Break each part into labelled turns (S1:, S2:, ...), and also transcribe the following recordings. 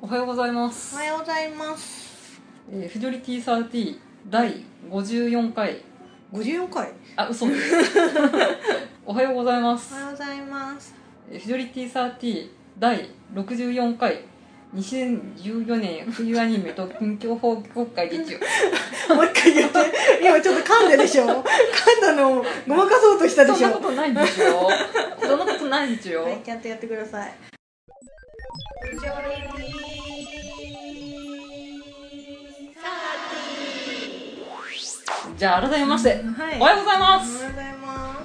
S1: おはようございます
S2: おはようございます
S1: えーフジョリティサーティ第54回
S2: 54回
S1: あ 嘘ですおはようございま
S2: お
S1: す
S2: はようございます
S1: えーフジョリティサーティ第64回2014年冬アニメと近況報告会で一応
S2: もう一回 言って今ちょっと噛んだでしょ噛んだのをごまかそうとしたで
S1: そん
S2: し
S1: な
S2: ょ
S1: ことないんですよ そんなことないんですよ
S2: はいちゃんとやってください
S1: じゃあ改めまして、
S2: はい
S1: おはようござい
S2: お
S1: ま
S2: は
S1: す
S2: ようございま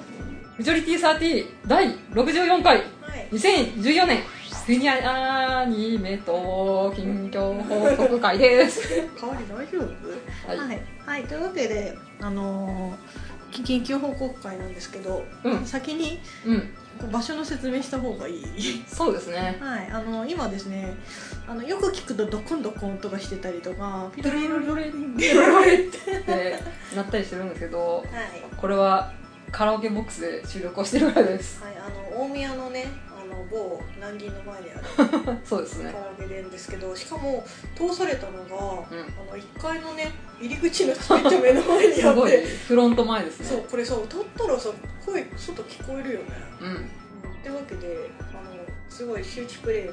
S2: す
S1: フジョリティサーティ第64回
S2: はい
S1: 2014年冬にアニメと近況報告会です。
S2: 代わり大丈夫
S1: はい。
S2: はい、はい、というわけで、あのー、緊急報告会なんですけど、
S1: うん
S2: 先に
S1: うん。
S2: こう場所の説明した方がいい
S1: そうですね。
S2: はい、あの今ですねあのよく聞くとドコンドコン音がしてたりとかピ
S1: ド
S2: ロ
S1: レ
S2: リ
S1: ロ
S2: ロ
S1: レ
S2: リ
S1: ロレ
S2: ロリ
S1: ロロレってなったりしてるんですけど、
S2: はい、
S1: これはカラオケボックスで収録をしてるからです。
S2: はい、あの大宮のねあの某南銀の前に ある
S1: そうです
S2: カ
S1: ね。
S2: ラオケでんですけどしかも通されたの
S1: うん
S2: が、あの1階のね入り口のちょっと目の前にあ
S1: す
S2: っ
S1: ごい
S2: て
S1: フロント前です
S2: そ
S1: ね
S2: う。これさ歌ったらさ声外聞こえるよね
S1: うん。
S2: ってわけであのすごい周知プレイヤ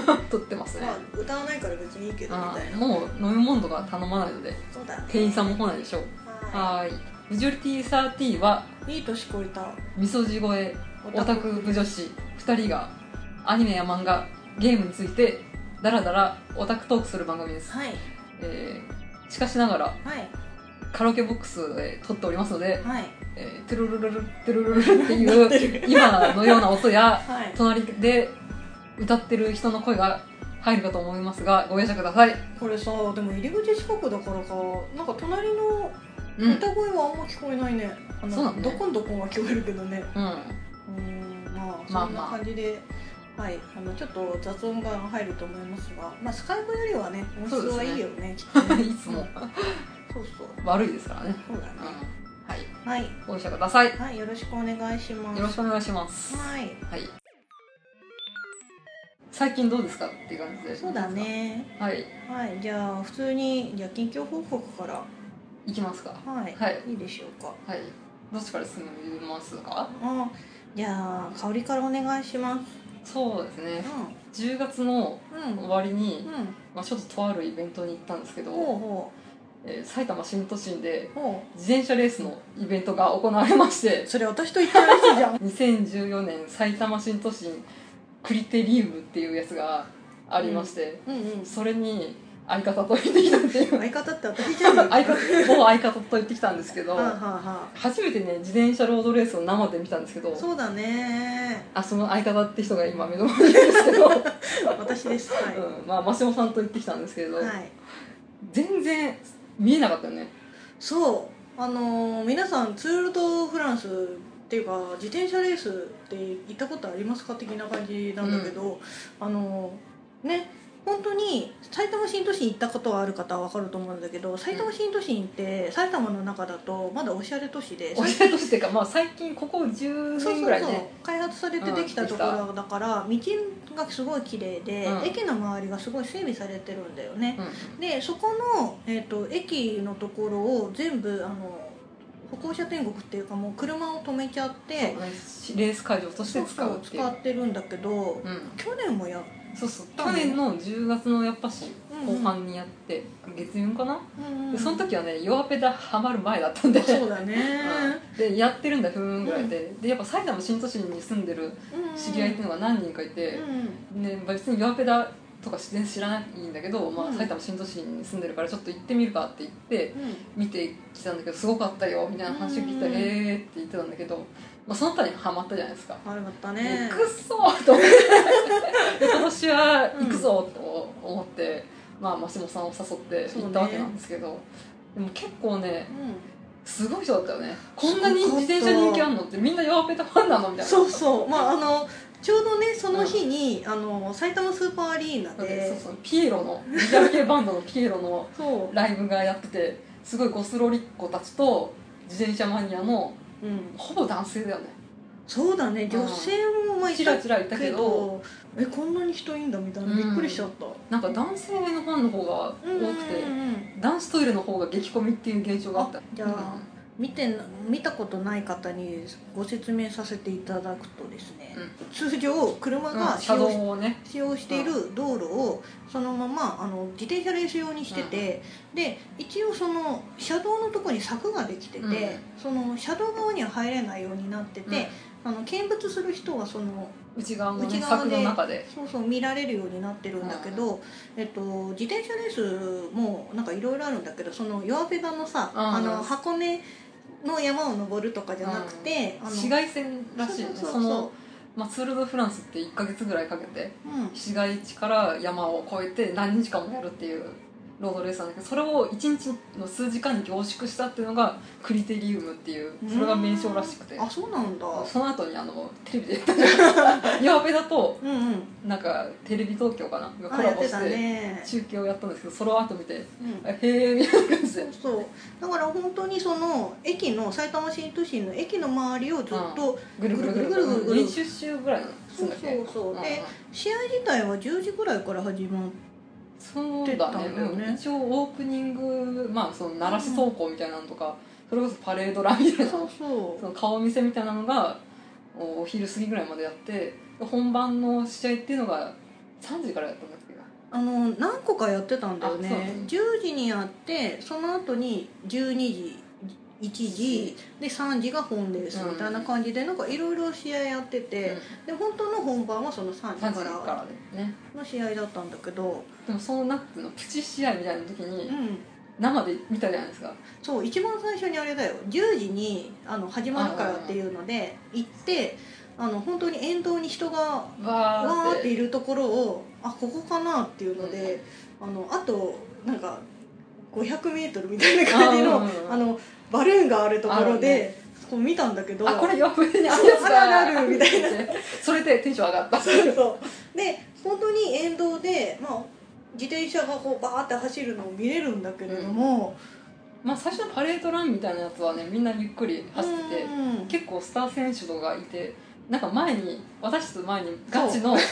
S2: ーな
S1: 撮ってますね
S2: ま。あ歌わないから別にいいけどみ
S1: あ
S2: たい
S1: ー
S2: な
S1: もう飲み物とか頼まないので
S2: そうだ
S1: 店員さ
S2: ん
S1: んも来ないでしょう。
S2: は
S1: はーい。フジョリティサーティはい
S2: いい年こいた
S1: 味噌地声オタク部女子2人がアニメや漫画ゲームについてダラダラオタクトークする番組です、
S2: はい
S1: えーしかしながら
S2: はい
S1: カラオケボックスで撮っておりますので、
S2: はい
S1: えー、トゥルルルルトゥルルルルっていう今のような音や
S2: はい
S1: 隣で歌ってる人の声が入るかと思いますがご容赦ください
S2: これさでも入り口近くだからかなんか隣の
S1: うん、うん、
S2: 歌声はあんま聞こえないね、あの
S1: そうなのね
S2: どこんどこんは聞こえるけどねうんまあ
S1: まあまあ
S2: そんな感じで、はいあのちょっと雑音が入ると思いますがまあスカイプよりはね音質
S1: そうですね
S2: はいいよねきっとね
S1: いつも
S2: そうそう
S1: 悪いですからね、
S2: そうだね
S1: うん、はい
S2: はい
S1: ご容赦くださいよ
S2: はいよろしくお願いします
S1: ろしくお願いします
S2: はい
S1: はい。最近どうですかっていう感じで。
S2: そうだ。ね
S1: はい。
S2: はいじゃあ普通にじゃあ近況報告から
S1: 行きますか。
S2: はい、
S1: はい。
S2: い、いでしょうか
S1: はい。どっちから進みますか。
S2: あじゃあ香りからお願いします
S1: そうですね。
S2: う
S1: 10月の
S2: んうん
S1: 終わりに、
S2: うん
S1: まあ、ちょっととあるイベントに行ったんですけ
S2: ほ
S1: ど、
S2: うほ
S1: えー埼玉新都心で
S2: うほ
S1: 自転車レースのイベントが行われまして
S2: うそれ私と言ってるやつじゃん
S1: 2014年埼玉新都心クリテリウムっていうやつがありまして、
S2: うんうん
S1: それに相方と行ってきたって いう
S2: 相方って私じゃん
S1: 相方某相方と行ってきたんですけど
S2: はあ、はあは
S1: 初めてね自転車ロードレースを生で見たんですけど
S2: あ、そうだね
S1: あその相方って人が今目の前にいるんですけど、
S2: 私ですはい、
S1: うんまあ、マシモさんと行ってきたんですけど、
S2: はい、
S1: 全然見えなかったよね
S2: そうあのー皆さんツール・ド・フランスっていうか自転車レースって行ったことありますか的な感じなんだけど、あのーね本当に埼玉新都心行ったことはある方は分かると思うんだけど埼玉新都心って埼玉の中だとまだおしゃれ都市で
S1: おしゃれとしてか、まあ、最近ここ10
S2: そう
S1: 年
S2: そ
S1: ぐ
S2: う
S1: らい
S2: そう
S1: ね
S2: 開発されてできたところだから、道がすごい綺麗で、
S1: うん
S2: 駅の周りがすごい整備されてるんだよね
S1: う、ん
S2: でそこの、えー、と駅のところを全部あの歩行者天国っていうかもう車を止めちゃって
S1: そうねレース会場として使
S2: そうう
S1: っていう
S2: 使ってるんだけど、
S1: うん
S2: 去年もやっ
S1: そうそう去年の10月のやっぱし
S2: うんう
S1: 後
S2: ん
S1: 半にやって、月曜かな、
S2: うんう
S1: で
S2: ん
S1: その時はね弱ペダハマる前だったんで
S2: そうだね、
S1: うん でやってるんだふーんぐらいで、でやっぱ埼玉新都心に住んでる
S2: うんうん
S1: 知り合いっていうのが何人かいて、
S2: うんうん
S1: ね、別に弱ペダとか全然知らないんだけど、ま
S2: う
S1: あ、
S2: ん
S1: 埼玉新都心に住んでるからちょっと行ってみるかって言って見てきたんだけどすごかったよみたいな話を聞いたら
S2: うん
S1: へえって言ってたんだけど、まあ、その他にはまったじゃないですか。
S2: 悪かった
S1: で
S2: ね
S1: くっそーと思って で今年は行くぞと思って、まあ、マシモさんを誘って行ったわけなんですけど、でも結構ねすごい人だったよねこんなに
S2: すごか
S1: 自
S2: った
S1: 転車人気あんのってみんな弱ペダファンなのみ
S2: うん
S1: たいな
S2: そうそうまああのちょうどねその日に、あの埼玉スーパーアリーナ
S1: そう
S2: で
S1: そうピエロのギター系バンドのピエロの
S2: そ
S1: ライブがやっててすごいゴスロリッコたちと自転車マニアの
S2: う、うん、
S1: ほぼ男性だよね
S2: そうだね女性もまあ
S1: ち
S2: 一緒
S1: らちら言ったけど
S2: えこんなに人いいんだみたいな
S1: うん
S2: びっくりしちゃった、
S1: なんか男性のファンの方が多
S2: うんうんうん
S1: くて男子トイレの方が激コミっていう現象があった
S2: あじゃあ見てな見たことない方にご説明させていただくとですね、通常車
S1: うん
S2: が使
S1: 車
S2: 用し,、
S1: 道をね
S2: 使用している道路をそのままあの自転車レース用にしてて、で一応その車道のとこに柵ができてて、
S1: うん
S2: その車道側には入れないようになってて、あの見物する人はその
S1: うん内側のね
S2: 内側
S1: 柵
S2: で
S1: の中で
S2: そうそう見られるようになってるんだけど、えっと、自転車レースもなんかいろいろあるんだけどその弱ペダのさ、
S1: うん
S2: あの箱根の山を登るとかじゃなくて、あの
S1: 紫外線らしいよね
S2: そうそうそう
S1: そのまあツール・ド・フランスって1か月ぐらいかけて
S2: うん
S1: 市街地から山を越えて何日間もやるっていうロードレースなんだけどそれを1日の数時間に凝縮したっていうのがクリテリウムっていうそれが名称らしくて
S2: あそうなんだ
S1: その後にあのテレビでやったんだ けどヤーベだと
S2: うんうん
S1: なんかテレビ東京かながコ
S2: あ
S1: ラ
S2: やっ
S1: ボ
S2: て
S1: したて
S2: ね、
S1: 中継をやったんですけどそれを後見て
S2: うん
S1: あへえみたいな感じ
S2: そ
S1: で
S2: うそうだから本当にその駅の埼玉新都心の駅の周りをずっと、
S1: ぐるぐるぐるぐ
S2: ぐ
S1: る
S2: るぐるぐるぐる
S1: 20周ぐらいのす
S2: そ
S1: ん
S2: う
S1: だっけ
S2: そうそう、
S1: うんうん
S2: で試合自体は10時ぐらいから始まっ
S1: そうだね
S2: 出たんだよね
S1: うん一応オープニングまあその鳴らし走行みたいなのとか、それこそパレードランみたい
S2: て
S1: な
S2: そう
S1: そ
S2: そう
S1: の顔見せみたいなのがおお昼過ぎぐらいまでやって本番の試合っていうのが3時からやったんだっけ
S2: あの何個かやってたんだよ
S1: あそうな
S2: ね
S1: の
S2: 10時にやってその後に12時1時で3時が本ですみたいな感じで、なんかいろいろ試合やってて、で本当の本番はその3
S1: 3
S2: 時
S1: 時
S2: か
S1: から
S2: ら
S1: でね
S2: の試合だったんだけど、
S1: でもそのなんていうのプチ試合みたいな時
S2: う
S1: に
S2: ん、
S1: 生で見たじゃないですか
S2: そう一番最初にあれだよ10時にあの始まるからっていうので行ってあの本当に沿道に人が
S1: わ
S2: わ
S1: ー
S2: ー
S1: っ
S2: って
S1: て
S2: いるところをあここかなっていうので、あのあとなんか 500m みたいな感じの
S1: あ
S2: あ
S1: ー
S2: のバルーンがあるところ
S1: ある
S2: で、こう見たんだけど
S1: あこれ弱めにあるやつだ
S2: あるあるみたいな
S1: それでテンション上がった
S2: そうそうで本当に沿道で、まあ、自転車がこうバーって走るのを見れるんだけれども、
S1: まあ最初のパレードランみたいなやつはねみんなゆっくり走ってて
S2: うん
S1: 結構スター選手とかいてなんか前に私たちの前にガチのフ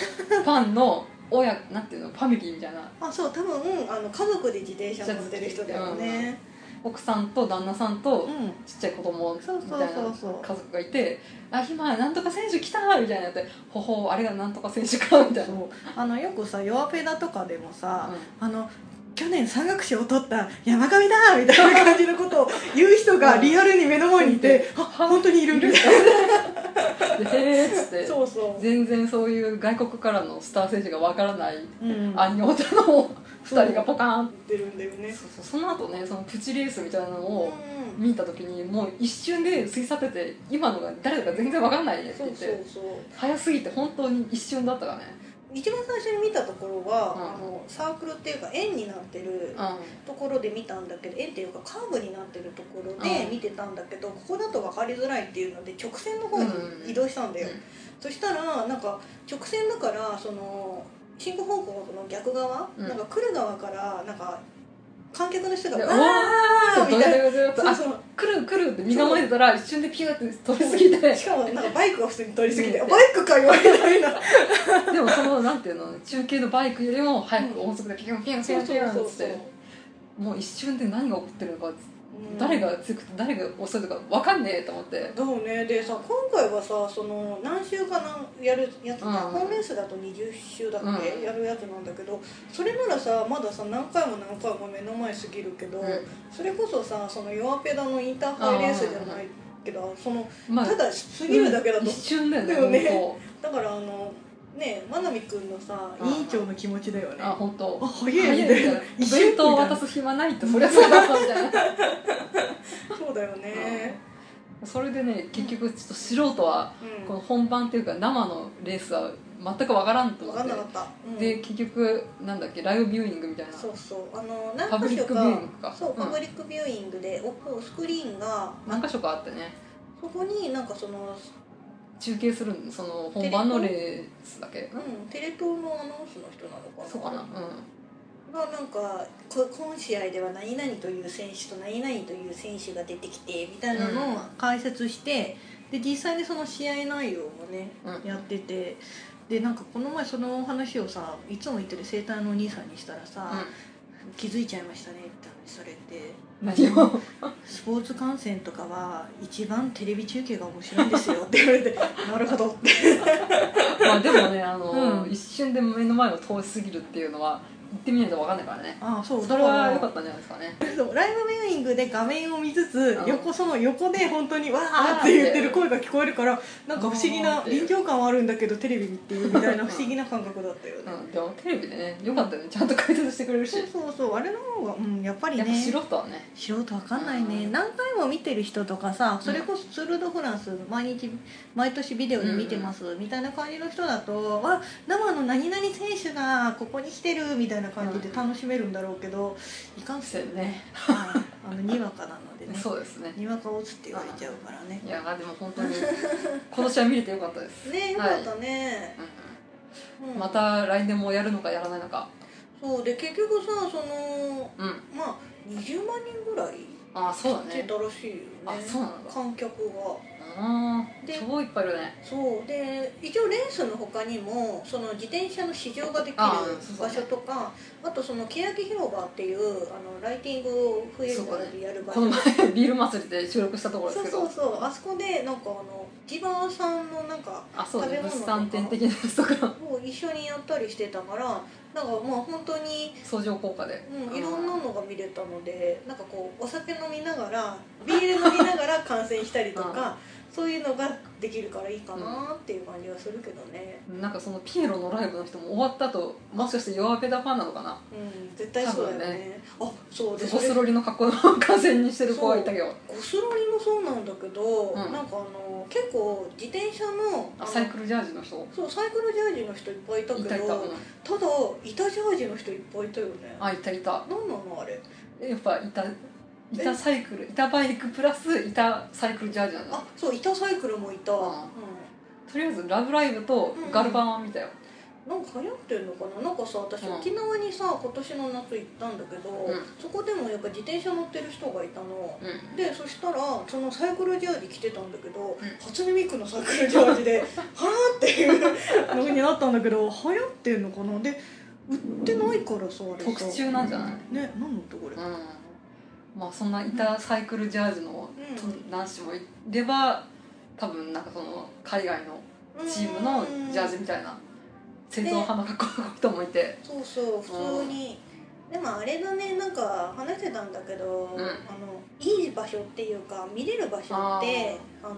S1: ァンの親なんていうのファミリーみたいな
S2: あそう多分あの家族で自転車乗ってる人だよね、
S1: 奥さんと旦那さんと
S2: うん
S1: ちっちゃい子供みた
S2: そうそう
S1: い
S2: そう
S1: な
S2: そう
S1: 家族がいて「あ今なんとか選手来た!」みたいなやって「ほほうあれがなんとか選手か」みたい
S2: そ
S1: な。
S2: うあのよくさ弱ペダとかでもさ、
S1: うん
S2: あの去年山岳賞を取った山上だみたいな感じのことを言う人がリアルに目の前にいて、あ本当 にいるみたい
S1: でへえっつっ
S2: な
S1: て
S2: そうそ
S1: 全然そういう外国からのスター選手がわからない、
S2: う、うん、
S1: アニオタの
S2: そう
S1: 2人がポカーン
S2: 言ってるんだよね
S1: そうそうその後ねそのプチレースみたいなの
S2: うん
S1: を見た時にもう一瞬で過ぎ去ってて今のが誰だか全然わかんないねって
S2: そう
S1: 言って
S2: そうそう
S1: 早すぎて本当に一瞬だったからね
S2: 一番最初に見たところは、
S1: うん
S2: あのサークルっていうか円になってるところで見たんだけど円っていうかカーブになってるところで
S1: うん
S2: 見てたんだけど、ここだと分かりづらいっていうので直線の方に移動したんだよ、
S1: うん
S2: そしたらなんか直線だからその進行方向の逆側、
S1: うん
S2: なんか来る側からなんか観客の人が
S1: でお
S2: 「わ
S1: ー
S2: ー!」みたいな。そう
S1: あ
S2: そう
S1: 来る来るって身構えてたら一瞬でピューって飛びすぎて
S2: しかもなんかバイクが普通に通り過ぎて「
S1: うん
S2: バイクか!」言われたいな
S1: でもそのなんていうの中継のバイクよりも早く音速でピュンピュンピュンピュンっつってもう一瞬で何が起こってるのか
S2: うん
S1: 誰が強くて誰が遅いとか分かんねえと思って
S2: だよねでさ今回はさその何週かなんやるやつだ、
S1: うん
S2: 本レースだと20週だっけ、
S1: うん
S2: やるやつなんだけどそれならさまださ何回も何回も目の前すぎるけど、
S1: うん
S2: それこそさその弱ペダのインターハイレースじゃないけど、その
S1: ま
S2: ただ過ぎるだけだと、
S1: 一瞬だよね
S2: だよね
S1: 本
S2: だからあのね真奈美君のさ
S1: うん
S2: の気持ちだよね
S1: 当あ本当
S2: あ早い
S1: 早いみたいな
S2: 一瞬
S1: 弁当を渡す暇ないってそりゃそうだわみたいな
S2: そうだよね、
S1: それでね結局ちょっと素人は
S2: うん
S1: この本番っていうか生のレースは全くわからんと
S2: 分
S1: 思
S2: か
S1: っ
S2: ん
S1: て
S2: なかった、うん
S1: で結局なんだっけライブビューイングみたいな
S2: そうそうあの
S1: パブリ
S2: 何箇
S1: ック
S2: 所
S1: ビューイン
S2: か
S1: グか
S2: そう
S1: う
S2: パ
S1: ん
S2: ブリックビューイングで、おこうスクリーンが
S1: 何か所かあってね
S2: そこになんかその、
S1: 中継するのその本番のレースだけ
S2: うん、テレ東のアナウンスの人なのかな
S1: そうかなうん
S2: がなんかこ今試合では何々という選手と何々という選手が出てきてみたいなのを解説して、で実際にその試合内容もね、
S1: うん
S2: やっててでなんかこの前その話をさいつも言ってる生態のお兄さんにしたらさ、気づいちゃいましたねって話されて
S1: 何を
S2: スポーツ観戦とかは一番テレビ中継が面白いんですよって言われて なるほどって
S1: まあでもねあの、
S2: うん
S1: 一瞬で目の前を通り過ぎるっていうのは行ってみないと分かんないからね
S2: ああそう
S1: そ
S2: だ
S1: れ
S2: か
S1: は良からったんじゃないですかね
S2: そうライブビューイングで画面を見つつ
S1: うん
S2: 横その横で本当に「わー」って言ってる声が聞こえるからなんか不思議な臨場感はあるんだけどテレビ見てるみたいな不思議な感覚だったよね
S1: うん、でもテレビでね良かったよねちゃんと解説してくれるし、
S2: そうそうそうあれの方がうんやっぱり
S1: やっぱ
S2: ね
S1: 素人はね
S2: 素人わかんないね、
S1: うん
S2: 何回も見てる人とかさそれこそツール・ド・フランス毎日毎年ビデオで見てますみたいな感じの人だと、あ生の何々選手がここに来てるみたいな感じで楽しめるんだろうけど、いかんせ
S1: そうん
S2: ね、
S1: ね
S2: はいあのにわかなのでね
S1: そうですね
S2: にわかをつって言われちゃうからね
S1: いやでも本当に今年は見れて良かったです、
S2: ねよかったね、
S1: う
S2: うん
S1: ん、また来年もやるのかやらないのか
S2: そうで結局さその
S1: うん
S2: まあ20万人ぐらい
S1: ああそうだ
S2: 来て
S1: ね
S2: たらしいよね
S1: あそうなんだ
S2: 観客が。
S1: ああ
S2: で
S1: 超いっぱいいるね
S2: そうで一応レースの他にもその自転車の試乗ができる
S1: あーそうそう
S2: 場所とかあとその欅広場っていうあのライティングを冬にやる場
S1: こ
S2: 所
S1: の前ビール祭りで収録したところで
S2: そ
S1: すけ
S2: う
S1: ど
S2: そうそうあそこでなんかあの地場さんのなんか
S1: あそうだね
S2: 食べ
S1: 物
S2: 物とか
S1: 産展的なやつとか
S2: を一緒にやったりしてたからなんかまあ本当に、
S1: 相乗効果で、
S2: うん、いろんなのが見れたのでなんかこうお酒飲みながらビール飲みながら観戦した りとかそういうのができるからいいかなっていう感じはするけどね。
S1: なんかそのピエロのライブの人も終わった後もしかして弱ペダファンなのかな
S2: うん絶対そうだよねあそうで
S1: ゴ
S2: それ
S1: スロリの格好の観戦にしてる子はいたけど
S2: ゴスロリもそうなんだけど、
S1: うん
S2: なんかあの結構自転車のあ
S1: あ
S2: の
S1: サイクルジャージの人
S2: そうサイクルジャージの人いっぱいいたけ
S1: い
S2: ど
S1: たい
S2: た
S1: た、うん
S2: だ板ジャージの人いっぱいいたよね
S1: あいたいた
S2: 何なのあれ
S1: やっぱ板板サイクル板バイクプラス板サイクルジャージなんだ
S2: あそう板サイクルもいた、うん
S1: うんとりあえず「ラブライブ!」と「ガルバン」は見たよ、
S2: なんか流行ってんのかななんかさ私
S1: うん
S2: 沖縄にさ今年の夏行ったんだけど、
S1: うん
S2: そこでもやっぱ自転車乗ってる人がいたの
S1: うん
S2: でそしたらそのサイクルジャージ着てたんだけど、
S1: ん
S2: 初音ミクのサイクルジャージ ではあっていうのになったんだけど流行ってんのかなで売ってないからさあれさ
S1: 特注なんじゃない
S2: ね何のってこれ、
S1: うんまあそんな板サイクルジャージの
S2: うん
S1: 男子もいれば多分なんかその海外のチームのジャージみたいな戦闘派の格好の人もいて
S2: そうそう普通にでもあれだねなんか話してたんだけど、
S1: うん
S2: あのいい場所っていうか見れる場所ってあの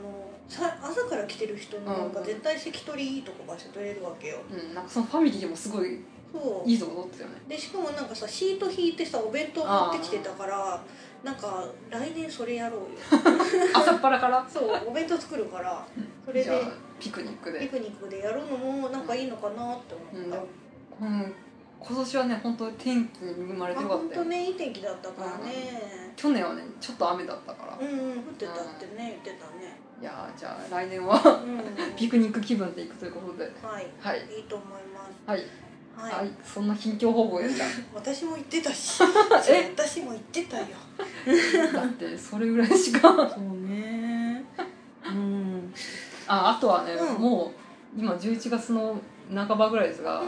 S2: さ朝から来てる人のなんか絶対関取いいとこが取れるわけよ
S1: うんなんかそのファミリーもすごい
S2: そう
S1: いいとこ取ってた よね
S2: でしかもなんかさシート引いてさお弁当持ってきてたからなんか来年それや ろうよ
S1: 朝っぱらから
S2: そうお弁当作るからそれ
S1: じゃあ
S2: で
S1: ピクニック
S2: ピ
S1: で、
S2: クニックでやるのもなんかいいのかなって
S1: うん、
S2: 思っ
S1: で
S2: た、
S1: もうん今年はね本当天気に恵まれて
S2: あ
S1: よか
S2: 本
S1: ったよ
S2: 当ねいい天気だったからね
S1: 去年はねちょっと雨だったから、
S2: うんうん降ってたってね言ってた
S1: いやーじゃあ来年 は
S2: ね
S1: ピクニック気分で行くということで
S2: うんはい
S1: はい
S2: いいと思いま
S1: はい、
S2: すは、
S1: はいいそんな近況報告 でした
S2: 私も言ってたし
S1: え
S2: 私も言ってたよ
S1: だってそれぐらいしか
S2: そうねうん
S1: ああとはね、
S2: うん
S1: もう今11月の半ばぐらいですが、
S2: う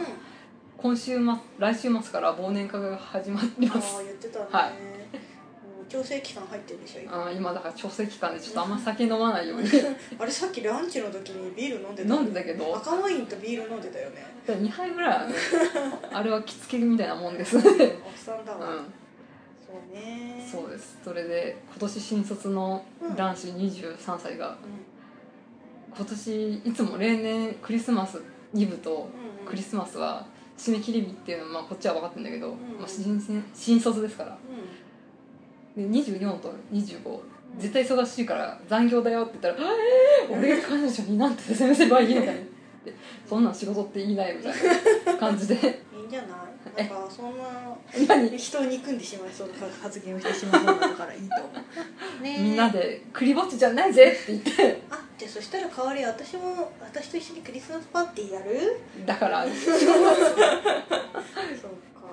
S1: 今週末来週末から忘年会が始まり
S2: ん、あ
S1: ます
S2: あ言ってたね、
S1: はい
S2: もう調整期間入ってるでしょ今
S1: あー今だから調整期間でちょっとあんま酒飲まないように
S2: あれさっきランチの時にビール飲んでた
S1: 飲んでたけど
S2: 赤ワインとビール飲んでた よね
S1: 2杯ぐらいはねあれは着付けみたいなもんですね
S2: おっさんだ
S1: う
S2: わ、
S1: ん
S2: そうね
S1: そうですそれで今年新卒の男子23歳が
S2: う
S1: 今年いつも例年クリスマスイブと
S2: んうんうん、
S1: クリスマスは締め切り日っていうのはまあこっちは分かってるんだけど、
S2: ん
S1: まあ、新鮮新卒ですから
S2: う
S1: で24と25
S2: ん
S1: 絶対忙しいから残業だよって言ったら「 あえー、俺が彼女になんて説明すればいいのかね」って「そんなん仕事っていいない」みたいな感じで
S2: いいんじゃないなんかそんな
S1: 何
S2: 人を憎んでしまいそうな発言をしてしまいそうだからいいと思うね え
S1: みんなで「クリぼっちじゃないぜ」って言って
S2: あじゃあそしたら代わり私も私と一緒にクリスマスパーティーやる
S1: だから
S2: そうか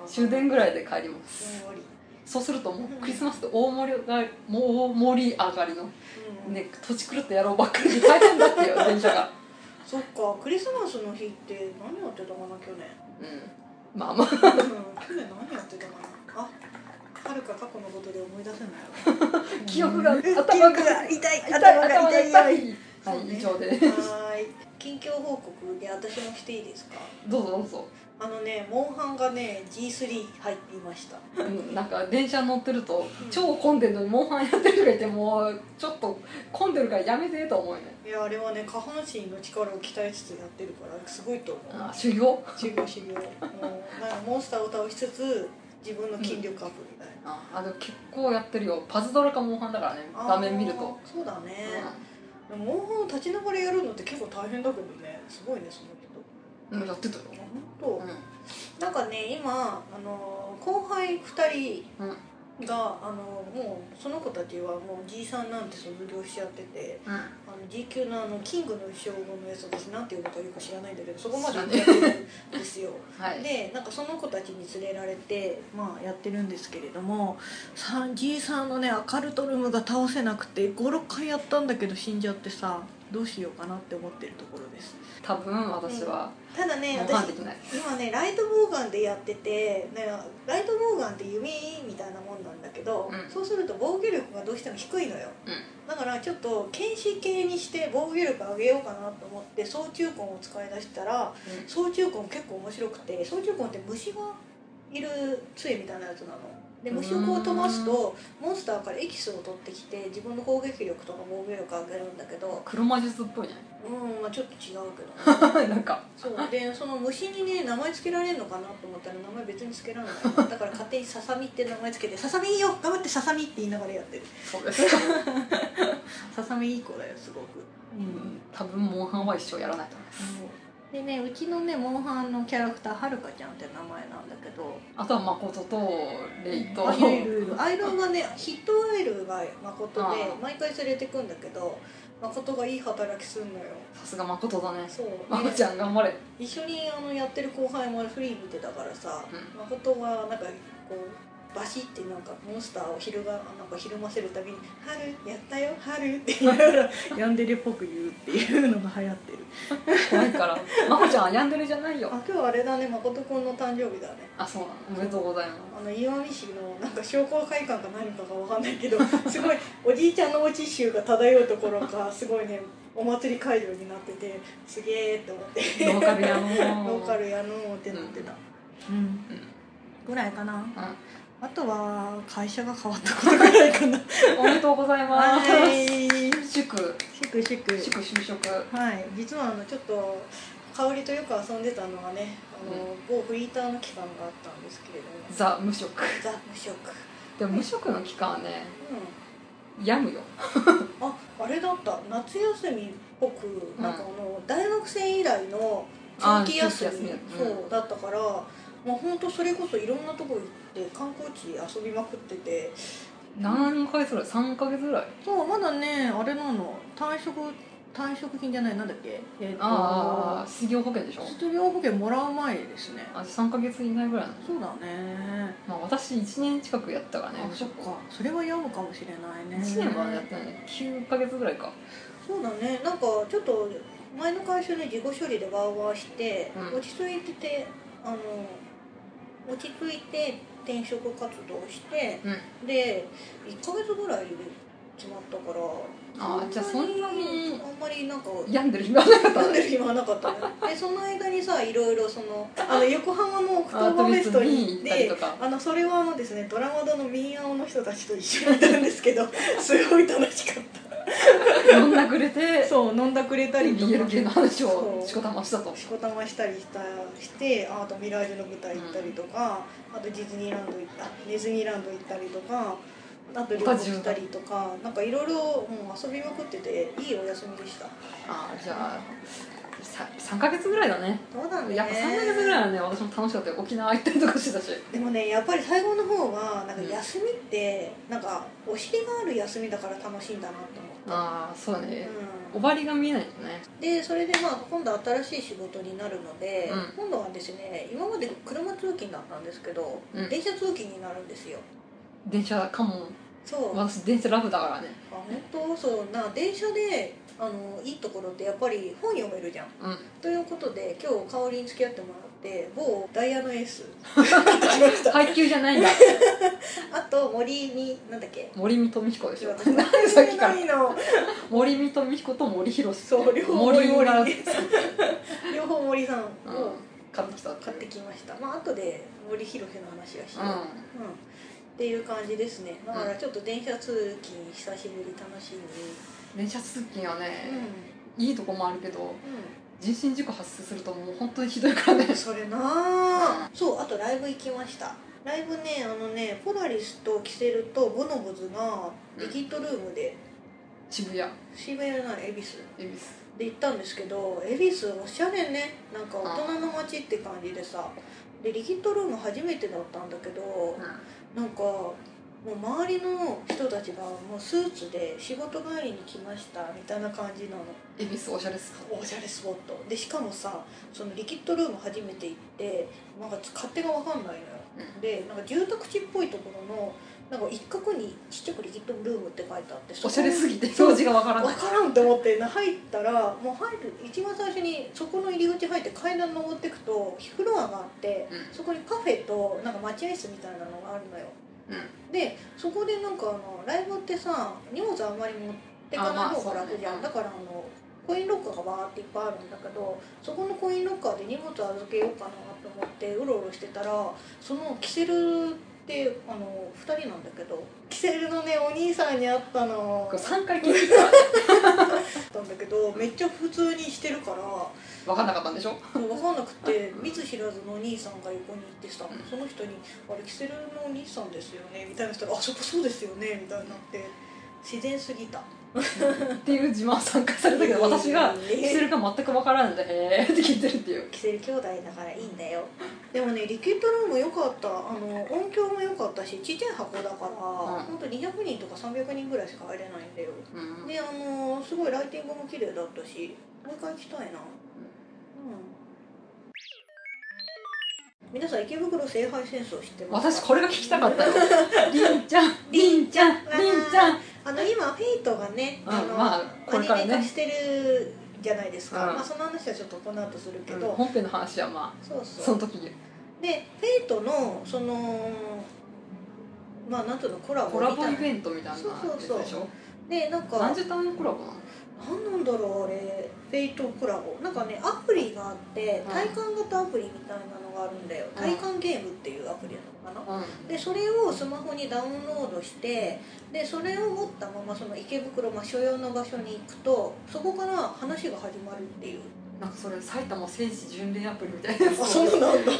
S1: 終電ぐらいで帰ります
S2: 終わり
S1: そうするともうクリスマスって大盛りがもう盛り上がりの、
S2: うん
S1: ね、土地狂った野郎ばっかりに大変だってよ電車が。
S2: そっかクリスマスの日って何やってたかな去年
S1: うん、まあまあ
S2: うん去年何やってたかなあはるか過去のことで思い出せ ない
S1: 記憶が
S2: うん記
S1: 頭が
S2: 憶が痛い
S1: 痛い頭
S2: 頭
S1: が
S2: が
S1: 痛
S2: 痛
S1: い
S2: い
S1: は
S2: そう
S1: い、
S2: ね
S1: 以上で
S2: はーい近況報告で私もしていいですか
S1: どうぞどうぞ、
S2: あのねモンハンがね G3 入っていました
S1: うん、 なんか電車乗ってると超混んでるのにモンハンやってる人がいてもうちょっと混んでるからやめてと思うよね
S2: いやあれはね下半身の力を鍛えつつやってるからすごいと思う
S1: あ修行
S2: 修行修行もうなんかモンスターを倒しつつ自分の筋力アップみたいな、
S1: ああでも結構やってるよパズドラかモンハンだからね画面見ると、
S2: あーそうだね、
S1: う
S2: でもモンハンを立ちながらやるのって結構大変だけどねすごいねその人
S1: んうん、やってたよ、
S2: 本
S1: う
S2: 当なんかね今あの後輩2人
S1: んうん
S2: があのもうその子たちはもう G さんなんて卒業しちゃってて
S1: う
S2: あの G 級のあのキングの称号のやつ私なんていうのかよく知らないんだけどそこまでやってるんですよ
S1: ん、はい
S2: でなんかその子たちに連れられて、まあ、やってるんですけれどもさ G さんのねアカルトルムが倒せなくて56回やったんだけど死んじゃってさどうしようかなって思ってるところです
S1: 多分私は
S2: ただね
S1: モンハン
S2: 私
S1: できない、
S2: 今ねライトボーガンでやってて、ね、ライトボーガンって弓みたいなもんなんだけど、
S1: うん
S2: そうすると防御力がどうしても低いのよ
S1: うん
S2: だからちょっと剣士系にして防御力上げようかなと思って総中魂を使い出したら総中魂結構面白くて総中魂って虫がいる杖みたいなやつなので虫をこう飛ばすとモンスターからエキスを取ってきて自分の攻撃力とか防御力上げるんだけど
S1: 黒魔術っぽいね
S2: うんまあちょっと違うけどね
S1: なんか
S2: そうでその虫にね名前つけられるのかなと思ったら名前別につけ られないだから勝手にささみって名前つけて「ささみいいよ頑張ってささみ」って言いながらやってる
S1: そう ですか、
S2: ささみいい子だよすごくう
S1: うんん、多分モンハンは一生やらないと思います
S2: でねうちのねモンハンのキャラクターはるかちゃんって名前なんだけど
S1: あとは誠とレイと、
S2: アイル ールアイロンがねヒットアイルが誠で
S1: ああ
S2: 毎回連れてくんだけど誠がいい働きすんのよ
S1: さすが誠だね
S2: そう
S1: 誠ちゃん頑張れ
S2: 一緒にあのやってる後輩もフリー見てたからさ、
S1: う
S2: 誠がなんかこうバシってなんかモンスターを昼がなんかひるませるたびに「春やったよ春」って言いながらヤンデレっぽく言うっていうのが流行って る
S1: 怖い から真帆ちゃんはヤンデレじゃないよ
S2: あ今日あれだね誠君の誕生日だね
S1: あそうなのおめでとうございます
S2: あの岩見市のなんか商工会館か何かかわかんないけど すごいおじいちゃんのおち臭が漂うところがすごいねお祭り会場になっててすげえって思って
S1: ローカルやのー
S2: ローカルやのーってなってたうん、ぐらいかな
S1: う
S2: あとは会社が変わったことぐらい かな
S1: んおめでとうございま
S2: は
S1: す
S2: い
S1: 祝
S2: 祝祝
S1: 祝就職
S2: はい実はあのちょっと香りとよく遊んでたのはねあの、某フリーターの期間があったんですけれども
S1: ザ無職
S2: ザ無職
S1: でも無職の期間はね
S2: うん
S1: 病むよ
S2: ああれだった夏休みっぽく、
S1: うん
S2: なんかあの大学生以来の
S1: あ
S2: 長期休み
S1: 長期休みうん
S2: そうだったからもう本当それこそいろんなとこ行って観光地遊びまくってて
S1: 何ヶ月ぐらい3ヶ月ぐらい
S2: そうまだねあれなの退職退職金じゃないなんだっけえっ、
S1: ああ失業保険でしょ
S2: 失業保険もらう前ですね
S1: あ3ヶ月以内ぐらいなの、
S2: そうだね
S1: まあ、私1年近くやったからね
S2: あそっかそれは病むかもしれないね
S1: 1年はやってないね9ヶ月ぐらいか
S2: そうだねなんかちょっと前の会社で自己処理でワーワーして、
S1: うん
S2: 落ち着いててあの落ち着いて転職活動して
S1: うん
S2: で1ヶ月ぐらいで決まったから
S1: あーじゃあそんなに
S2: あんまりなんか
S1: 病んでる暇はなかった
S2: 飲んで
S1: ね
S2: る暇はなかったねでその間にさいろいろそのあの横浜のオクト
S1: ア
S2: ー
S1: ー
S2: バ
S1: ト
S2: ー
S1: ビ
S2: フェ
S1: ス
S2: ストに
S1: に
S2: 行っ
S1: 行ったり
S2: て
S1: とか
S2: あのそれはあのですねドラマだの民謡の人たちと一緒にいたんですけ どすごい楽しかった
S1: 飲んだくれて
S2: そう飲んだくれたりとか
S1: BL 系の話
S2: そ
S1: を
S2: う
S1: しこたましたと
S2: しこたましたりしたしてああとミラージュの舞台行ったりとか、あとディズニーランド行ったディズニーランド行ったりとかあと旅行行ったりとかなんかいろいろもう遊びまくってていいお休みでした
S1: あーじゃあさ3ヶ月ぐらいだね
S2: そうだね
S1: やっぱ3ヶ月ぐらいはね私も楽しかったよ沖縄行ったりとかしてたし
S2: でもねやっぱり最後の方はなんか休みってなんかお尻がある休みだから楽しいんだなと思っ
S1: ああそうだ
S2: て
S1: ね、
S2: う
S1: おばりが見えないとね
S2: ん、でそれでまあ今度新しい仕事になるので、
S1: うん
S2: 今度はですね今まで車通勤だったんですけど、
S1: うん
S2: 電車通勤になるんですよ
S1: 電車かも
S2: そうあ
S1: 私電車ラブだからね
S2: 本当そうな電車であのいいところってやっぱり本読めるじゃん
S1: うん
S2: ということで今日香りに付き合ってもらって某ダイヤのエ ース行きました
S1: 配給じゃないんだ
S2: あと森になんだ っけ
S1: 森見と美彦でし ょ
S2: 私
S1: さっきから
S2: 何の
S1: 森見と美彦と森博
S2: そう両方
S1: 森
S2: 森
S1: が、うん、
S2: 両方森さんを
S1: 買ってきた
S2: 買って
S1: き
S2: きました、まあ後で森広瀬の話はしよ
S1: う
S2: う、
S1: ん
S2: うんっていう感じですねだからちょっと電車通勤久しぶり楽しみ
S1: 電車通勤はね
S2: うん、
S1: いいとこもあるけど
S2: う
S1: 人身事故発生するともう本当にひどいからね
S2: ん、それなあそうあとライブ行きましたライブねあのねポラリスとキセルとボノボズがリキッドルームで
S1: 渋谷恵
S2: 渋谷の恵比寿
S1: 比寿
S2: で行ったんですけど恵比寿おしゃれねなんか大人の街って感じでさでリキッドルーム初めてだったんだけどなんかもう周りの人たちがもうスーツで仕事帰りに来ましたみたいな感じなの
S1: 恵比寿おしゃれスポッ
S2: おしゃれスポットでしかもさそのリキッドルーム初めて行ってなんか勝手が分かんないのよ、
S1: うん
S2: でなんか住宅地っぽいところのなんか一角にちっちゃくリキッドルームって書いてあって
S1: ト
S2: そこ
S1: おしゃれすぎて表示がわからな
S2: 分
S1: い
S2: からんと思って入ったらもう入る一番最初にそこの入り口入って階段登っていくとフロアがあって
S1: う
S2: そこにカフェとなんか待合室みたいなのがあるのよ
S1: んうん
S2: でそこでなんかあのライブってさ荷物あんまり持ってかない方が楽じゃ
S1: あ
S2: ん、
S1: まあそうね
S2: だからあのコインロッカーがバーっていっぱいあるんだけどそこのコインロッカーで荷物預けようかなと思ってうろうろしてたらそのキセルってあの2人なんだけどキセルのねお兄さんに会ったの
S1: これ3回聞いてた
S2: ったんだけどめっちゃ普通にしてるからも
S1: わかんなかったんでしょ
S2: う分かんなくて見ず知らずのお兄さんが横にいてさその人に「あれキセルのお兄さんですよね」みたいな人が「あそこそうですよね」みたいになって自然すぎた
S1: っていう自慢を参加されたけど私がキセルが全くわからないのでへーって聞いてるっていう
S2: キセル兄弟だからいいんだよでもねリキッドルーム良かったあの音響も良かったしちっちゃい箱だから、
S1: ん
S2: ほんと200人とか300人ぐらいしか入れないんだよ
S1: うん
S2: であのすごいライティングも綺麗だったしもう一回行きたいなうん皆さん池袋聖杯戦争知ってます
S1: 私これが聞きたかったよりんちゃんりんちゃんりんちゃん
S2: あの今フェイトがね、
S1: うん
S2: あの
S1: まあこれからね
S2: アニメ化してるじゃないですか、
S1: うん
S2: まあその話はちょっとこの後するけ
S1: うん
S2: ど、
S1: 本編の話はまあ
S2: そうそう
S1: その時に
S2: でフェイトのそのまあなんていうのコラボ
S1: コラボイ
S2: みたい
S1: ベントみたいなやつ
S2: そう
S1: で
S2: そう
S1: し
S2: そ
S1: ょ
S2: なでなんか
S1: 何十単位コラボなの
S2: 何なんだろうあれフェイトコラボなんかねアプリがあって
S1: うん
S2: 体感型アプリみたいなのがあるんだよ、
S1: うん
S2: 体感ゲームっていうアプリなのかな、
S1: うん
S2: でそれをスマホにダウンロードしてでそれを持ったままその池袋、まあ、所要の場所に行くとそこから話が始まるっていう
S1: なんかそれ埼玉戦士巡礼アプリみたいなやつ
S2: なんだ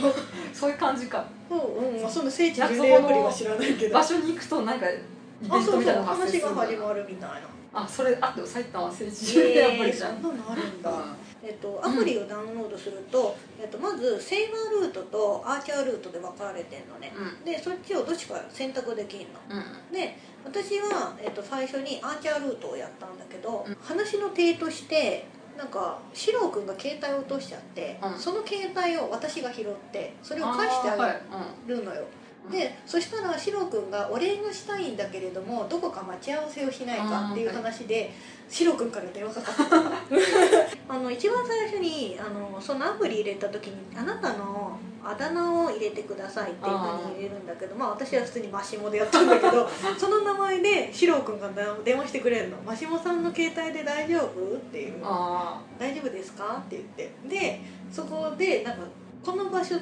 S1: そういう感じか
S2: うんうんまあその聖地
S1: なんかそ
S2: 巡
S1: この
S2: 礼アプリは知らないけど
S1: 場
S2: あ
S1: 所に行くとなんかイベン
S2: そう
S1: ト
S2: そう
S1: みたいなの発生する
S2: 話が
S1: んだ
S2: 始まるみたいな
S1: あそれあっても埼玉戦士巡礼アプリじゃん、
S2: えーそんなのあるんだ、
S1: うん
S2: えっと、アプリをダウンロードすると、えっと、まずセーバールートとアーチャールートで分かれてんのね
S1: うん
S2: でそっちをどっちか選択できんの
S1: うん
S2: で私は、えっと、最初にアーチャールートをやったんだけど、
S1: うん
S2: 話の体としてなんか四郎君が携帯を落としちゃって、
S1: うん
S2: その携帯を私が拾ってそれを返してあげる
S1: ーはい
S2: るのよ
S1: うん
S2: でそしたらシロ君がお礼がしたいんだけれどもどこか待ち合わせをしないかっていう話でシロ君から電話かかってき たあの一番最初にあのそのアプリ入れた時に「あなたのあだ名を入れてください」っていうのに入れるんだけどまあ私は普通にマシモでやったんだけ どその名前でシロ君が電話してくれるの「マシモさんの携帯で大丈夫?」っていう
S1: うん、あ
S2: 大丈夫ですか?」って言ってでそこでなんかこの場所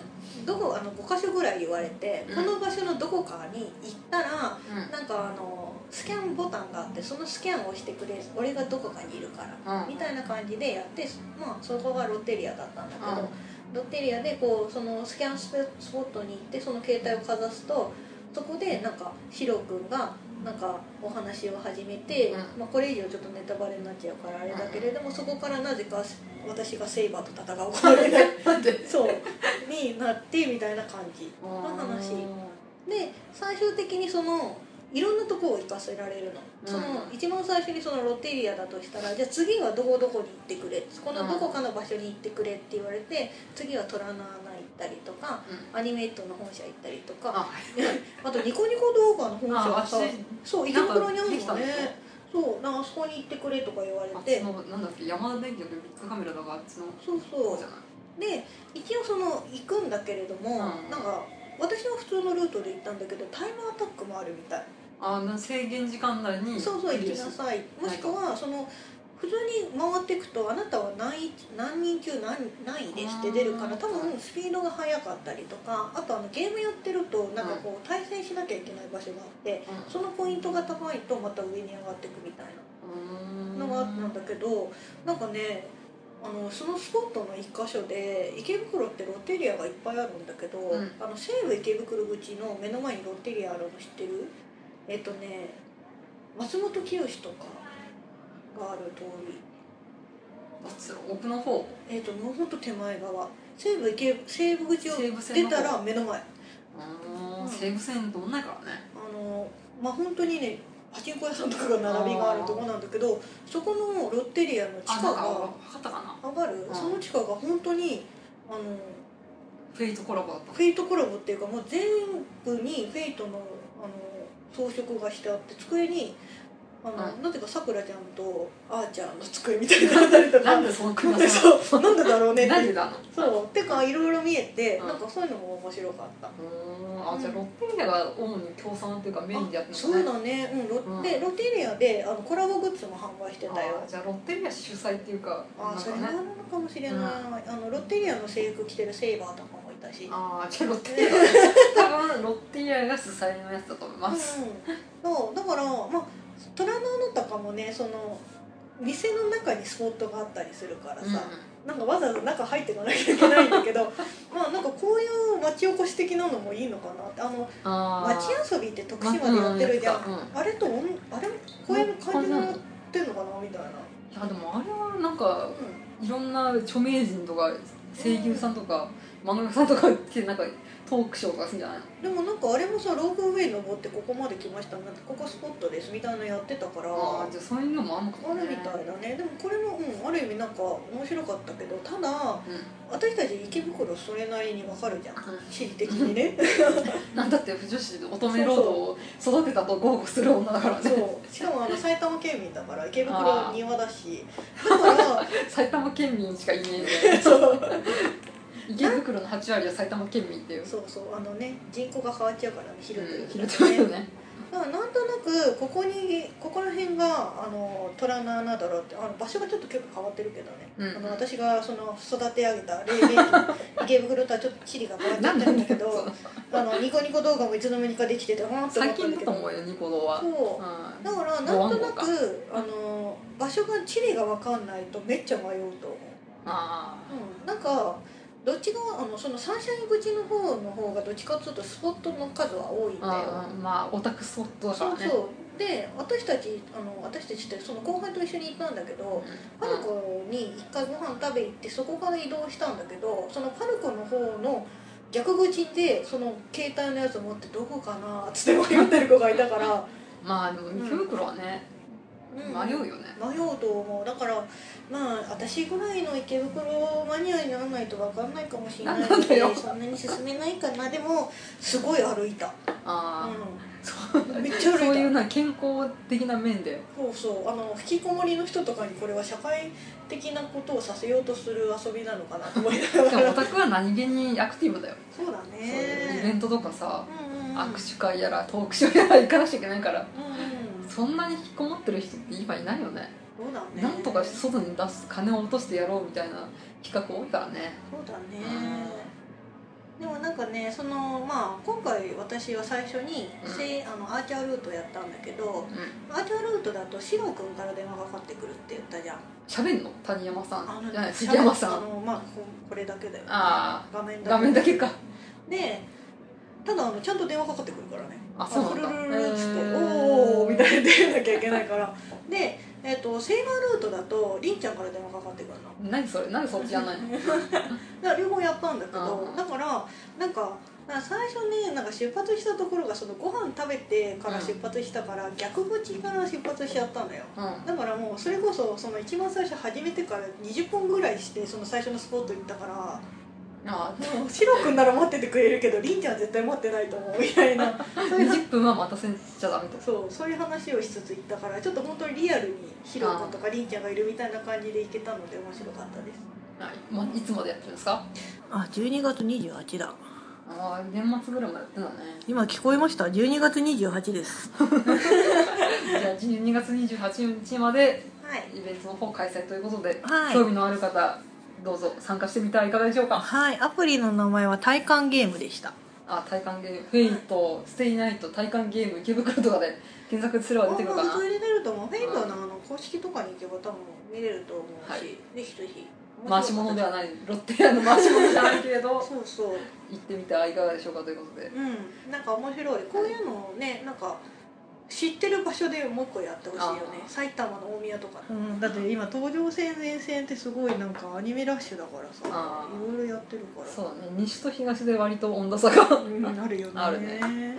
S2: どこあの5箇所ぐらい言われて、
S1: うん
S2: この場所のどこかに行ったら
S1: ーうん
S2: なんかあのスキャンボタンがあってそのスキャンを押してくれ俺がどこかにいるから、
S1: うん
S2: みたいな感じでやって、まあ、そこがロッテリアだったんだけど、ロッテリアでこうそのスキャンスポットに行ってその携帯をかざすとそこでなんかシロ君がなんかお話を始めて、
S1: うん
S2: まあ、これ以上ちょっとネタバレになっちゃうからあれだけれども、そこからなぜか私がセイバーと戦うこれが
S1: だって
S2: そうになってみたいな感じ
S1: の
S2: 話で最終的にそのいろんなとこを行かせられるの,、
S1: うん
S2: その一番最初にそのロッテリアだとしたらじゃあ次はどこどこに行ってくれそこのどこかの場所に行ってくれって言われて次は虎の穴行ったりとかアニメイトの本社行ったりとか
S1: あ
S2: あとニコニコ動画の本社
S1: あ
S2: が
S1: あ
S2: さそう池袋にある
S1: なんかできた
S2: の
S1: ん
S2: ね
S1: でしょ
S2: そうなんかあそこに行ってくれとか言われ
S1: あっち
S2: て
S1: のなんだっけ山田電機のビッグカメラだがあっちの
S2: そう
S1: そう
S2: そ
S1: じゃ
S2: う
S1: ない
S2: で一応その行くんだけれども、
S1: うん
S2: なんか私は普通のルートで行ったんだけどタイムアタックもあるみたい
S1: あな制限時間内に
S2: そうそう行きなさいもしくはその普通に回っていくとあなたは何位何人級何何位ですって出るか
S1: あ
S2: ら
S1: ー
S2: 多分スピードが速かったりとかあとあのゲームやってるとなんかこう対戦しなきゃいけない場所があって
S1: うん
S2: そのポイントが高いとまた上に上がっていくみたいな
S1: うーん
S2: のがあったんだけどなんかねあのそのスポットの一箇所で池袋ってロッテリアがいっぱいあるんだけど、
S1: うん
S2: あの西武池袋口の目の前にロッテリアあるの知ってるえっとね松本清とかがある通り
S1: あっちの奥の方
S2: えっともうほんと手前側西武池西武口を
S1: 西武線
S2: 出
S1: の方
S2: たら目の前あ
S1: あ
S2: うん
S1: ー西武線通んないからね
S2: のまあ本当にねパチンコ屋さんとかが並びがあるとこなんだけどそこのロッテリアの地
S1: あ
S2: 下
S1: なんか
S2: が
S1: 分かったかな
S2: 上がる、
S1: うん
S2: その地下が本当にあの
S1: フェイトコラボだった
S2: フェイトコラボっていうかもう全部にフェイトのあの装飾がしてあって机にあの、
S1: う
S2: なんていうかさくらちゃんとあーちゃんの机みたいになったりと か
S1: なんでその組み合わせなの
S2: そうなんでだろうねっ
S1: なん
S2: てい
S1: で
S2: う
S1: だの
S2: そうてかいろいろ見えて、
S1: うん
S2: なんかそういうのも面白かった
S1: うーんあじゃあロッテリアが主に協賛というかメインでやってる
S2: そうだね、うんロ
S1: うん
S2: でロテリアであのコラボグッズも販売してたよ
S1: あじゃあロッテリア主催っていうかな
S2: あ
S1: ん
S2: それ
S1: か
S2: もある
S1: ね
S2: のかもしれない、あのロッテリアの制服着てるセイバーとかもいたし
S1: ああじゃあロッテ リア多分ロッテリアが主催のやつだと思います、
S2: うん、そうだから、まあ、虎の穴とかもねその店の中にスポットがあったりするから
S1: うん
S2: さ、なんかわざわざ中入っていかなきゃいけないんだけど まあなんかこういう町おこし的なのもいいのかなってあの
S1: あ
S2: 町遊びって徳島でやってるじゃん、
S1: うんうんやって
S2: あれとおんあれこういう感じでやってんのかなみたいな、
S1: いやでもあれはなんかいろんな著名人とか声優さんとか漫画家さんとか来てなんかトークショーとかするんじゃないの
S2: うん、でもなんかあれもさロープウェイ登ってここまで来ましたなんてここスポットですみたいなのやってたから
S1: ああじゃあそういうのもあんのか
S2: あ
S1: も
S2: る
S1: ね
S2: みたいだねでもこれも、うん、ある意味なんか面白かったけどただ
S1: う
S2: 私たち池袋それなりにわかるじゃん
S1: うん
S2: 地理的に
S1: ん
S2: ね
S1: なんだって女子乙女ロードを育てたと豪語する女だからね
S2: そうしかもあの埼玉県民だから池袋は庭だしだから
S1: 埼玉県民しかいねえんだよ
S2: そう
S1: 池袋の8割は埼玉県民っていう
S2: そうそうあのね人口が変わっちゃうからね
S1: う
S2: 広く、
S1: ん広島だよね
S2: だからなんとなくここにここら辺があの虎の穴だろうってあの場所がちょっと結構変わってるけどね、
S1: うん
S2: あの私がその育て上げた黎明期池袋とはちょっと地理が変わっちゃってるんだけどあのニコニコ動画もいつの間にかできててほんと思
S1: 最
S2: ったん
S1: 近
S2: だ
S1: だ
S2: け
S1: と
S2: ど
S1: 思うよニコ動は
S2: そう
S1: う
S2: だからなんとな
S1: ご案
S2: くあの場所が地理が分かんないとめっちゃ迷うと思う、
S1: んああ
S2: うん、なんかどっちがあのそのサンシャイン口の方の方がどっちかっつうとスポットの数は多いんだよ
S1: ああまあオタクスポットだか
S2: そ
S1: ら
S2: う
S1: ね
S2: そうで私たちあの私たちってその後輩と一緒に行ったんだけどパルコに一回ご飯食べ行ってそこから移動したんだけどそのパルコの方の逆口でその携帯のやつ持ってどこかなっつって迷ってる子がいたから、
S1: まあでも池袋はね、迷うよね
S2: 迷うと思うだからまあ私ぐらいの池袋マニアにならないと分かんないかもしれない
S1: な
S2: の
S1: んだ
S2: で
S1: よ
S2: そんなに進めないかなでもすごい歩いた、
S1: ああ、
S2: う、
S1: そうん
S2: めっちゃ歩いた
S1: そういうな健康的な面で
S2: そうそうあの引きこもりの人とかにこれは社会的なことをさせようとする遊びなのかなと思いな
S1: で
S2: が
S1: もオ
S2: ら
S1: タクは何気にアクティブだよ、
S2: そうだ
S1: そういうイベ
S2: ね
S1: ントとかさ、
S2: うんうんうん
S1: 握手会やらトークショーやら行かなきゃいけないから
S2: うんうん
S1: そんなに引きこもってる人って今いないよね
S2: そうだね
S1: なんとか外に出す金を落としてやろうみたいな企画多いからね
S2: そうだねでもなんかねそのまあ今回私は最初に、
S1: うん
S2: せいあのアーチャールートやったんだけど
S1: うん
S2: アーチャールートだとシロ君から電話がかかってくるって言ったじゃん
S1: 喋んの谷山さ
S2: あ
S1: ん
S2: の
S1: じゃない杉山さ
S2: あ
S1: ん
S2: のまあここれだけだよね
S1: あ
S2: 画面だけ
S1: 画面だけか
S2: でただあのちゃんと電話かかってくるからね
S1: あそうなんだ
S2: あルルルルルっつって「
S1: へー
S2: おーおー」みたいな出なきゃいけないからで、えっとセーバールートだとりんちゃんから電話かかってくるの
S1: 何それ何そっちじゃないの
S2: だから両方やったんだけど
S1: あー
S2: だからなんかなんか最初ねなんか出発したところがそのご飯食べてから出発したから、逆口から出発しちゃったんだよ
S1: う
S2: だからもうそれこそその一番最初始めてから20分ぐらいしてその最初のスポット行ったから
S1: んあ
S3: でもシロ君なら待っててくれるけどりんちゃんは絶対待ってないと思うみたいなそういう
S1: 20分は待たせちゃダメと
S3: そうそういう話をしつつ行ったからちょっと本当にリアルにシロ君とかりんちゃんがいるみたいな感じで行けたので面白かったです
S1: はい、まあ、いつまでやってるんですか
S2: あ12月28だ
S1: ああ年末ぐらいまでやってんだね
S2: 今聞こえました12月28です
S1: じゃあ12月28日まで
S3: はい
S1: イベントの方開催ということで、
S2: はい
S1: 興味のある方どうぞ参加してみてはいかがでしょうか
S2: はいアプリの名前は体感ゲームでした
S1: あ体感ゲーム「フェイト」「ステイナイト」「体感ゲーム池袋」とかで 検索すれば出てくるかな
S3: あ普通に出ると思うフェイトのあの公式とかに行けば多分見れると思うし、
S1: はい
S3: ぜひぜひ
S1: 回し物ではないロッテリアの回し物じゃないけれど行
S3: そうそう
S1: ってみてはいかがでしょうかということで
S3: うんなんか面白いこういうのをねなんか知ってる場所でもう一個やってほしいよね
S1: あー
S3: 埼玉の大宮とか
S2: うん、だって今東上線沿線ってすごいなんかアニメラッシュだからさ
S1: あー
S2: いろいろやってるから
S1: そうだね西と東で割と温度差が
S2: うん、あるよね
S1: あるね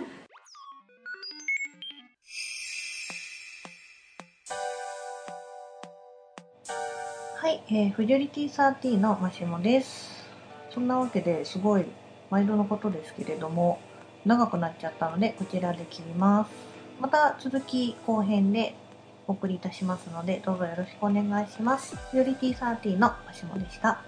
S2: はい、えー、フジョリティサーティのマシモですそんなわけですごい毎度のことですけれども長くなっちゃったのでこちらで切りますまた続き後編でお送りいたしますのでどうぞよろしくお願いしますフジョリティサーティのマシモでした